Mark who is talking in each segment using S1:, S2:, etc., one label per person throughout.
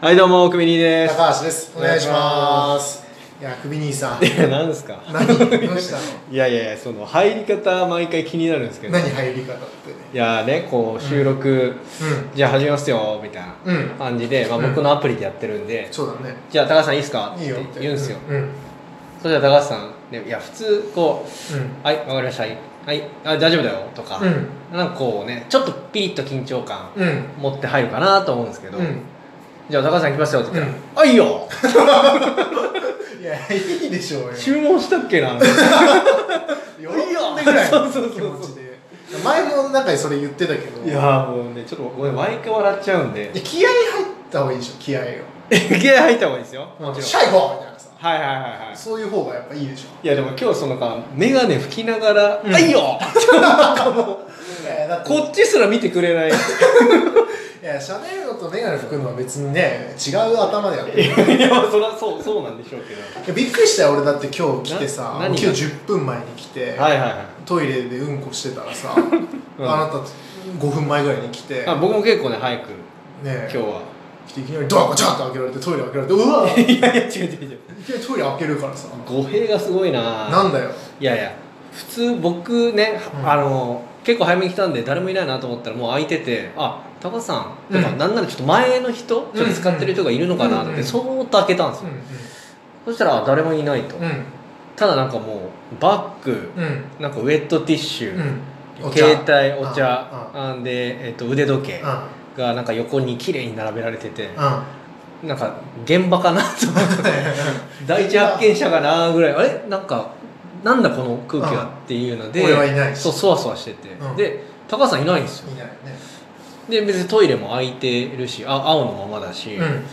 S1: はいどうも、くみにーです。
S2: 高橋です。お願いします。いや、クビ兄さん。
S1: いや、何ですか
S2: 何、どうし たの。
S1: いやいやいや、その入り方、毎回気になるんですけど。い
S2: 何入り方ってね。
S1: やーね、こう、収録、
S2: う
S1: じゃあ始めますよ、みたいな
S2: うん。うん。
S1: 感じで、まあ
S2: うん
S1: 僕のアプリでやってるんで、
S2: そうだね。
S1: じゃあ高橋さんいいっすかっ
S2: い
S1: て
S2: いよ
S1: 言
S2: って。
S1: うんですよ。
S2: うん。うん。
S1: そしたら高橋さん、ねいや、普通、こう、はい、わかりました、はい、はい、あ大丈夫だよ、とか、
S2: うん。
S1: なんかこうね、ちょっとピリッと緊張感
S2: うん。
S1: 持って入るかなと思うんですけど、
S2: う
S1: じゃあ高橋さん来ますよって言ったら、
S2: うん
S1: あ、いいよ
S2: ん。いや、いいでしょうよ。
S1: 注文したっけな
S2: 喜んでぐらい
S1: そ
S2: の
S1: うそうそう
S2: 気持ちで。前もなんかそれ言ってたけど。
S1: いやーもうね、ちょっとごめん、毎回笑っちゃうんで
S2: いや、気合入った方がいいでしょ気合を。
S1: 気合入った方がいいですよもちろん
S2: シャイゴーみたいなさ。
S1: はいはいはいはい
S2: そういう方がやっぱいいでしょ。
S1: いやでも今日そのか眼鏡拭きながら「
S2: うん
S1: あ いよ!
S2: えーだ」って
S1: こっちすら見てく れないい
S2: いや、シャネルのとメガネ拭くのは別にね、違う頭でやってる。
S1: やまあそりゃそうそうなんでしょうけど
S2: いやびっくりしたよ俺だって今日来てさ
S1: な
S2: 今
S1: 何が
S2: 日10分前に来て、
S1: はいはいはい
S2: トイレでうんこしてたら さ、
S1: ん
S2: あなた5分前ぐらいに来て、
S1: あ
S2: ね
S1: 僕も結構ね早く
S2: え
S1: 今日は
S2: 来ていきなりドアガチャッと開けられてトイレ開けられてうわーい
S1: いやいや違う違う違う
S2: きなりトイレ開けるからさ
S1: 語弊がすごいな
S2: なんだよ
S1: いやいや普通僕ね、
S2: うん
S1: あの結構早めに来たんで誰もいないなと思ったらもう空いててあ高橋さんとか、
S2: うん
S1: なんならちょっと前の人、ちょっと使ってる人がいるのかな
S2: う
S1: っ
S2: んう
S1: て
S2: ん
S1: そーっと開けたんですよ、
S2: う
S1: そしたらあ誰もいないと、
S2: んうん
S1: ただなんかもうバッグ、
S2: うん
S1: なんかウェットティッシ
S2: う
S1: ュ、
S2: んお茶
S1: 携帯お茶
S2: あ
S1: あんで、えっと、腕時計
S2: あ
S1: がなんか横に綺麗に並べられてて
S2: あ
S1: なんか現場かなと思って第一発見者かなぐらいあれなんかなんだこの空気はっていうので
S2: 俺はいないし
S1: そうそわそわしてて、
S2: うん
S1: で高橋さんいないんですよ
S2: いないよね
S1: で別にトイレも空いてるしあ青のままだし、
S2: うん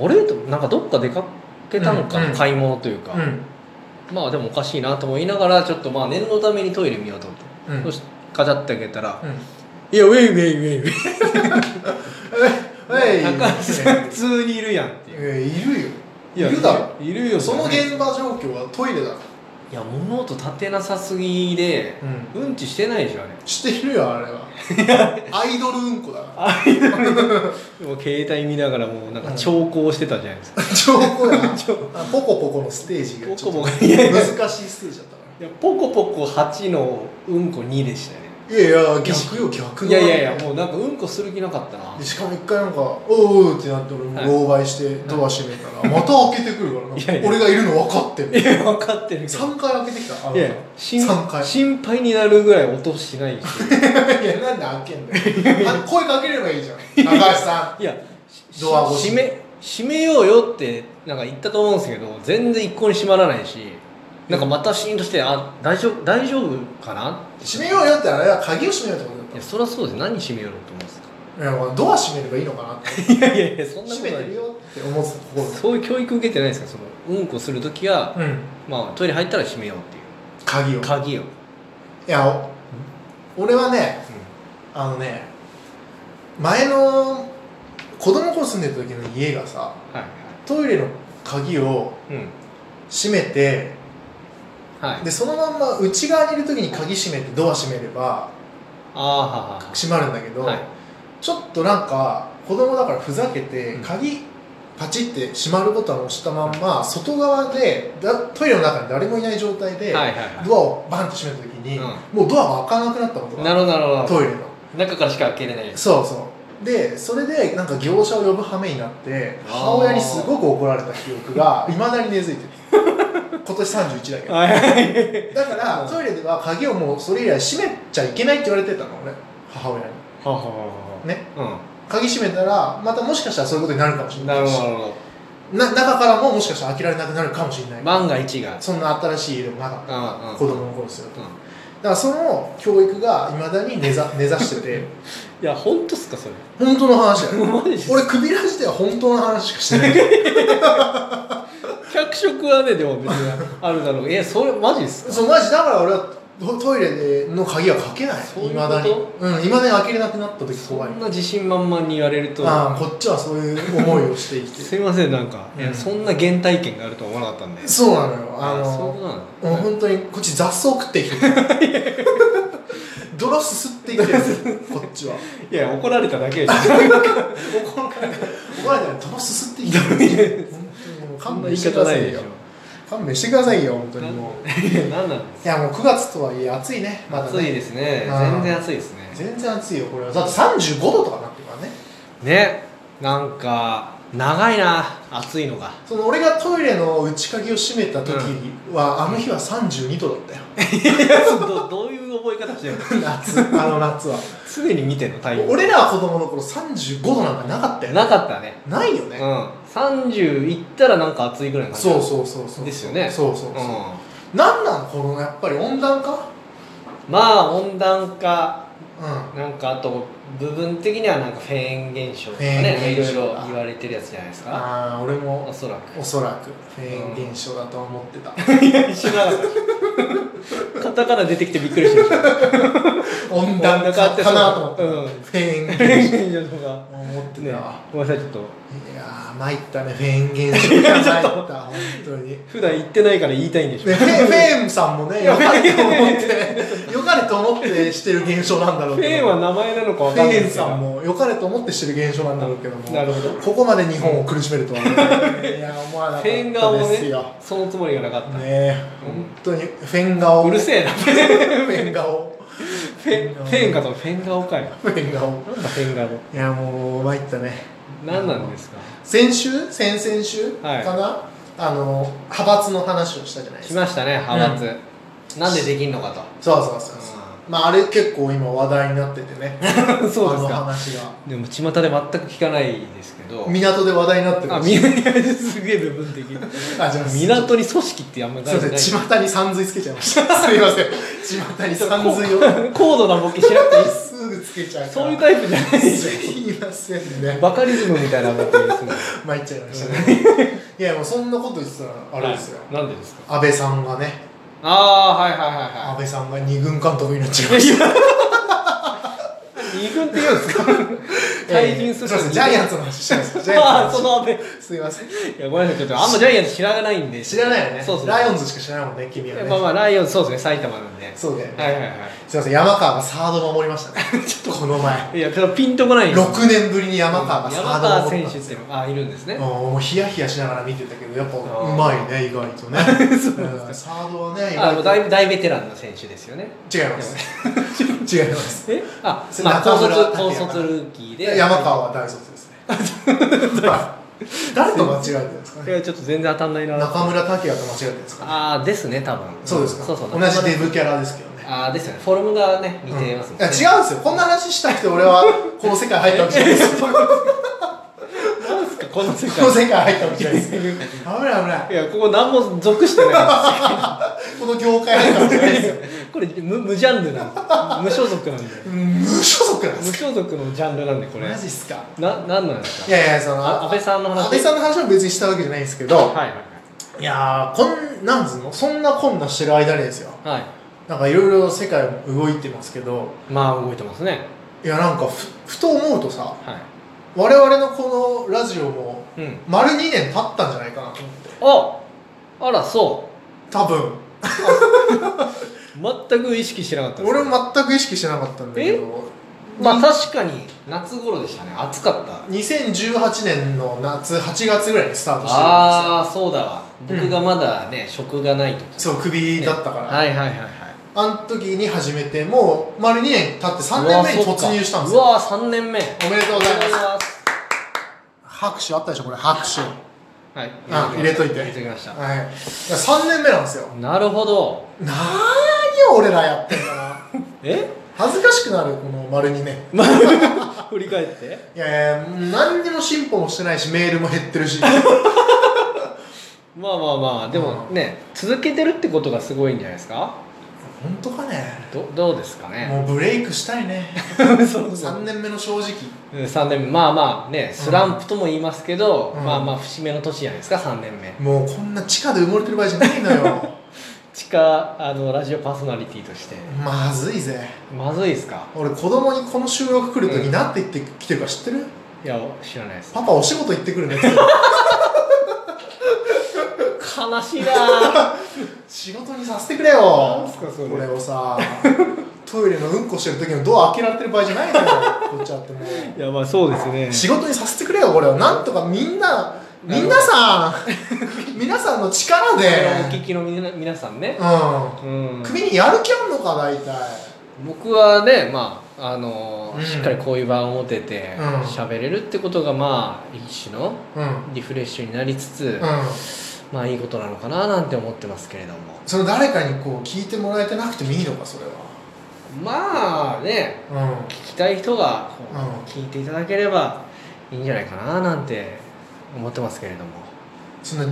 S1: あれとなんかどっか出かけたのかな、
S2: うんうん
S1: 買い物というか、
S2: うん
S1: まあでもおかしいなと思いながらちょっとまあ念のためにトイレ見ようと思って、
S2: うん
S1: そしてガチャって開けたら
S2: うん
S1: 「いやウェイウェイウェイウェイ」
S2: えい
S1: 高橋さん普通にいるやんっていう
S2: えいるよい
S1: や
S2: るだろ
S1: いるよ
S2: その
S1: い
S2: 現場状況はトイレだろ
S1: や物音立てなさすぎで
S2: うん
S1: うんちしてないでしょあれ
S2: してるよあれ はアイドルうんこだか
S1: でも携帯見ながらもうなんか長考してたじゃないですか、
S2: ら超 怖いなあポコポコのステージがちょっと
S1: ポコポコいやいや
S2: 難しいステージだったか
S1: いやポコポコ8のうんこ2でしたね
S2: らいやいや逆よ逆
S1: いやいやいやもうなんかうんこする気なかったな
S2: でしかも一回なんか「おうおう」ってなって俺も
S1: はい
S2: 狼狽してドア閉めたらまた開けてくるからない
S1: やいや
S2: 俺がいるの分かって
S1: い
S2: る
S1: や分かってるけど
S2: 3回開けてきたあの
S1: いやいや心
S2: 三回
S1: 心配になるぐらい音しないし
S2: いやなんで開けんだよあ声かければいいじゃん高橋さ
S1: いやし
S2: ドア越し
S1: 閉め閉めようよってなんか言ったと思うんですけど全然一向に閉まらないしなんかまたシーンとしてあ大丈夫大丈夫かなん
S2: 閉めようよってあれは鍵を閉めようってこ
S1: い
S2: とだ
S1: や
S2: っ
S1: そりゃそうです何閉めようと思うんですか
S2: たのいやまあドア閉めればいいのかなって
S1: いやいやいやそんなこ
S2: 閉
S1: と
S2: め
S1: な
S2: てる
S1: い
S2: よって思ってた心で
S1: そういう教育受けてないですかそのうんこする時は、
S2: うん
S1: まあ、トイレ入ったら閉めようっていう
S2: 鍵を
S1: 鍵を
S2: いやお俺はねあのね前の子供の頃住んでた時の家がさ
S1: はいは
S2: トイレの鍵を
S1: いうん
S2: 閉めて
S1: はい
S2: でそのまんま内側にいる時に鍵閉めてドア閉めれば
S1: ああはー
S2: 閉まるんだけど、
S1: はーはーはい
S2: ちょっとなんか子供だからふざけて
S1: うん
S2: 鍵パチって閉まるボタンを押したまんま外側でだトイレの中に誰もいない状態で
S1: はいはいはい
S2: ドアをバンと閉めた時に
S1: う
S2: もうドアが開かなくなったことがあ
S1: なるほどなるほ
S2: る
S1: ど
S2: トイレの。
S1: 中からしか開けれない
S2: そうそうでそれでなんか業者を呼ぶ羽目になって
S1: あー
S2: 母親にすごく怒られた記憶がいまだに根付いてる 今年31だけど
S1: はいはいはい
S2: だからトイレでは鍵をもうそれ以来閉めちゃいけないって言われてたの俺母親に
S1: はあはあはあ
S2: ね
S1: う
S2: 鍵閉めたらまたもしかしたらそういうことになるかもしれ
S1: んな
S2: な
S1: る
S2: いし
S1: ほどなるほ
S2: な中からももしかしたら開けられなくなるかもしれな
S1: ど
S2: い、
S1: 万が一が
S2: そんな新しい家でもなかった
S1: うんうん
S2: 子供の頃ですよ
S1: うん
S2: だからその教育がいまだに根 ざ根ざしてて
S1: いや本当っすかそれ
S2: 本当の話だよ
S1: マジっすか
S2: 俺クビラジでは本当の話しかしてない
S1: 脚色はねでも別にあるだろうえそれマジっすか
S2: そうマジだから俺はトトイレの鍵はかけない
S1: そういう
S2: い
S1: こと
S2: まだにうんいまだに開けれなくなった時
S1: そ
S2: 怖い
S1: んな自信満々に言われると
S2: ああこっちはそういう思いをして生き
S1: す
S2: て
S1: いませんなんか、いや
S2: うん
S1: そんな原体験があるとは思わなかったんで
S2: るそうなのよあ
S1: そういう
S2: の
S1: ことなんだ
S2: もう本当にこっち雑草食って生きてる 泥すすって生きて るこっちはい
S1: や怒られただけでしょ
S2: 怒られたら泥すす
S1: そんな
S2: 勘弁
S1: 言い
S2: してく
S1: 方
S2: だ
S1: な
S2: さ
S1: い
S2: い
S1: でし
S2: よ
S1: ょ
S2: 勘弁してくださいよ本当にもう
S1: 何なんです
S2: いやもう9月とはいえ暑いねまだね
S1: 暑いですね
S2: あー
S1: 全然暑いですね
S2: 全然暑いよこれはだって35度とかなってるからね
S1: ねなんか長いな暑いのが
S2: その俺がトイレの内鍵を閉めた時は、あの日は32度だったよ
S1: どどういう覚え方してるの
S2: 夏あの夏は
S1: 常に見てんの太陽
S2: 俺らは子供の頃35度なんかなかったよね
S1: なかったね
S2: ないよ
S1: う
S2: ね、
S1: ん30いったらなんか暑いぐらいの感じ
S2: そうそうそうそう
S1: ですよね
S2: そうそうそう、
S1: ん
S2: なんなのこのやっぱり温暖化
S1: まあ温暖化
S2: うん
S1: なんかあと部分的にはなんかフェーン現象とか
S2: フェ
S1: ねい
S2: ーン
S1: ろ
S2: 現
S1: い
S2: 象
S1: ろ
S2: か
S1: 言われてるやつじゃないですか
S2: ああ俺
S1: お
S2: も
S1: そらく
S2: おそらくフェーン現象だと思ってた、
S1: 知らなかったカタカナ出てきてびっくりしました
S2: 温暖化かなと思ってた、
S1: うん
S2: フェーン
S1: フェ
S2: 現象
S1: ーン 現象とか
S2: 思ってた、
S1: ねごめんなさいちょっと
S2: いやー参ったねフェーン現象が 参った本当に
S1: 普段言ってないから言いたいんでしょ
S2: でフェフェーンさんもね
S1: い
S2: よ
S1: や
S2: かれと思ってよかれと思ってしてる現象なんだろう
S1: フ
S2: けど
S1: ェーンは名前なのかわかんない
S2: フェー
S1: で
S2: ン
S1: すけど
S2: さんもよかれと思ってしてる現象なんだろうけども
S1: なるほどフ
S2: ここまで日本を苦しめるとはね いや思わなかった
S1: ェーン顔も
S2: です
S1: ね
S2: よ
S1: そのつもりがなかった、
S2: ねえ本当にフェン顔
S1: うるせえなフ
S2: フェン顔
S1: ェンフェーンかとフェン顔かよ
S2: フェン顔
S1: なんだフェン顔
S2: いやもう参ったね
S1: 何なんですか
S2: 先週先々週かな、
S1: はい
S2: あの派閥の話をしたじゃないです
S1: し
S2: か
S1: ましたね派閥、なんでできんのかと
S2: そうそうそうそう、まああれ結構今話題になっててね
S1: そうです
S2: あの
S1: か
S2: 話が
S1: でも巷で全く聞かないですけど
S2: 港で話題になってる
S1: あ
S2: らしい
S1: みすげえ部分的
S2: あじゃあ
S1: 港に組織ってあんまり
S2: すいません
S1: ない
S2: 巷にさんずいつけちゃいましたすいません巷にさんずいを
S1: 高度なボケしなくていいっす
S2: すぐつけちゃうから
S1: そういうタイプじゃないし
S2: すいませんね
S1: バカリズムみたいなボケですね
S2: 参っちゃいました ねいやもうそんなこと言ってたらあれですよ、
S1: はいなんでですか
S2: 安倍さんがね
S1: ああはいはいはい
S2: 安
S1: は
S2: 倍さんが二軍監督になっちゃいま
S1: い
S2: し
S1: や二軍って言うんですか
S2: た
S1: 退陣する
S2: いやいやすいませんジャイアンツの話してますジャイア
S1: あ
S2: ン
S1: あ
S2: ツ
S1: そ
S2: の
S1: の安倍い
S2: 話すいません
S1: やごめんなさいちょっとあんまジャイアンツ知らないんで
S2: 知らないよね
S1: そうそう
S2: ライオンズしか知らないもんね君はね、
S1: まあまあライオンズそうですね埼玉なんで
S2: そうだよね、
S1: はいはいは
S2: すいません山川がサード守りましたね ちょっとこの前
S1: いいやちょっとピンとこないんです
S2: 6年ぶりに山川がサ
S1: 山
S2: ード
S1: 川
S2: 守
S1: 選
S2: った
S1: 手っていうのがあいるんですね、
S2: うんもうヒヤヒヤしながら見てたけどやっぱう
S1: ー
S2: まいね意外とねうんサードはね意
S1: あの
S2: 外と
S1: 大大ベテランの選手ですよね。
S2: 違います違います
S1: えあ、
S2: それ
S1: まあ、高
S2: 中村
S1: 卒
S2: 拓
S1: 高
S2: 也
S1: 卒ルーキーで
S2: 山川は大卒ですねはい誰と間違えてるんですか
S1: い
S2: ね
S1: やちょっと全然当たんないな
S2: 中村拓也と間違えてるんですかね
S1: ああですね多分
S2: そうですか
S1: そうそう
S2: 同じデブキャラですけどね
S1: ああですよねフォルムがね似てますもん
S2: いや
S1: ね、
S2: 違うんですよこんな話したくて俺はこの世界入ったわけじゃない ですよ
S1: なんですか この世
S2: この
S1: 界
S2: 世界入ったわけじゃないですよ危ない危ない
S1: いやここ何も属してな
S2: この業界入ったわけじゃないですよ
S1: いこれ無無ジャンルなんで無所属なんで
S2: うん無所属なんで
S1: 無
S2: すか
S1: 所属のジャンルなんでこれ
S2: マジっすか
S1: ななんなんです
S2: い
S1: か
S2: やいやその
S1: あ安倍さんの話
S2: 安倍さんの話は別にしたわけじゃないんですけど、
S1: はいはい
S2: い、やーこんなんつうのそんなこんなしてる間にですよ
S1: はいは
S2: なんかいろいろ世界も動いてますけど
S1: いまあ動いてますね
S2: いやなんかふふと思うとさ
S1: は
S2: 我々のこのラジオも
S1: いうん
S2: 丸2年経ったんじゃないかなと思って
S1: ああらそう
S2: 多分
S1: 全く意識してなかったです
S2: 俺も全く意識してなかったんだけど
S1: まあ確かに夏頃でしたね暑かった
S2: 2018年の夏8月ぐらいにスタートしてるん
S1: ああそうだわ
S2: うん
S1: 僕がまだね、職がない時
S2: ですよそうクビだったから、
S1: はいはいはいはい
S2: あの時に始めてもう丸2年経って3年目に突入したんです
S1: う
S2: よ
S1: わ3年目
S2: おめでとうございます
S1: す
S2: 拍手あったでしょこれ拍手
S1: はい
S2: あ入れといて
S1: 入れときました、
S2: はいいや3年目なんですよ
S1: なるほど
S2: なーに俺らやってんだな
S1: え
S2: 恥ずかしくなるこの丸2年
S1: 振り返って
S2: いやいや何にも進歩もしてないしメールも減ってる し
S1: まあまあまあでもね、続けてるってことがすごいんじゃないですか
S2: 本当かね
S1: どどうですかね
S2: もうブレイクしたいね
S1: そう
S2: 3年目の正直
S1: 3年目まあまあねスランプとも言いますけど、
S2: うん
S1: まあまあ節目の年じゃないですか3年目
S2: もうこんな地下で埋もれてる場合じゃないの よ
S1: 地下あのラジオパーソナリティとして
S2: まずいぜ
S1: まずいですか
S2: 俺子供にこの収録来る時
S1: うん
S2: なんて言ってきてるか知ってる、
S1: いや知らないです
S2: パパお仕事行ってくるねって言ってる
S1: 悲しい な
S2: 仕事にさせてくれよ
S1: なんすかそれ
S2: これをさ トイレのうんこしてる時のドア開けられてる場合じゃないのよこっちはってもう
S1: いやまあそうですね
S2: 仕事にさせてくれよこれをなんとかみんな皆さん 皆さんの力で
S1: お聞きのみな皆さんね、
S2: う
S1: うん
S2: ん、首にやる気あんのか大体
S1: 僕はねまああの、
S2: うん
S1: しっかりこういう場を持てて
S2: うん
S1: 喋、れるってことがまあ一種の
S2: うん、うん、
S1: リフレッシュになりつつ、まあいいことなのかななんて思ってますけれども
S2: その誰かにこう聞いてもらえてなくてもいいのかそれは
S1: まあね
S2: うん
S1: 聞きたい人がこう
S2: う
S1: 聞
S2: ん
S1: いていただければいいんじゃないかななんて思ってますけれども
S2: そんな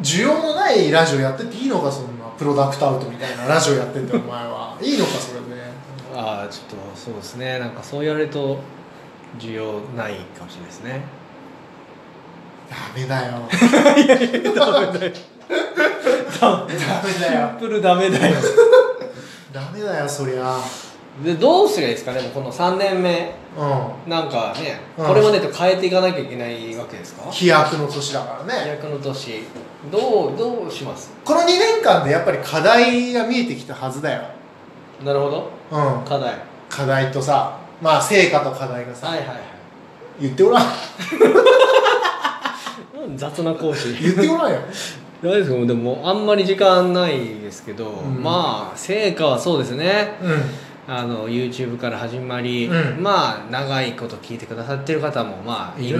S2: 需要のないラジオやってていいのかそんなプロダクトアウトみたいなラジオやっててお前はいいのかそれで
S1: ああちょっとそうですねなんかそう言われると需要ないかもしれないです ね
S2: ダメだよ
S1: ダメだよ
S2: ダメだ
S1: シ
S2: よ
S1: ンプルダメだよ
S2: ダメだよそりゃ
S1: でどうすりゃいいですかねもうこの3年目
S2: う
S1: なんかね、
S2: うん
S1: これまでと変えていかなきゃいけないわけですか
S2: ん飛躍の年だからね
S1: 役の年どうどうします
S2: この2年間でやっぱり課題が見えてきたはずだよ
S1: なるほど
S2: うん
S1: 課題
S2: 課題とさまあ成果と課題がさ、
S1: はいはいはい
S2: 言っておらん
S1: うん雑な講師
S2: 言ってお らんよ
S1: 大丈夫ですかでもあんまり時間ないですけど、
S2: うん
S1: まあ成果はそうですね
S2: うん
S1: あの YouTube から始まり、
S2: うん
S1: まあ長いこと聞いてくださってる方もまあいる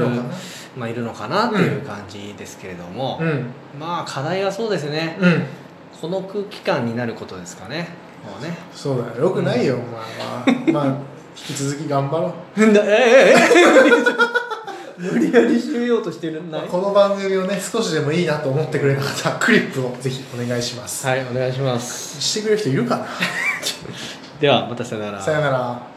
S1: まあ、いるのかなっていう感じですけれども、
S2: うん
S1: まあ課題はそうですね、
S2: うん
S1: この空気感になることですかねもうね
S2: そうだよよくないよ、お前はまあ引き続き頑張ろう、
S1: えええ無理やり締めようとしてるな
S2: まあ
S1: い
S2: この番組をね少しでもいいなと思ってくれた方はクリップをぜひお願いします、
S1: はいお願いします
S2: してくれる人いるか
S1: ではまたさよな
S2: なさよなら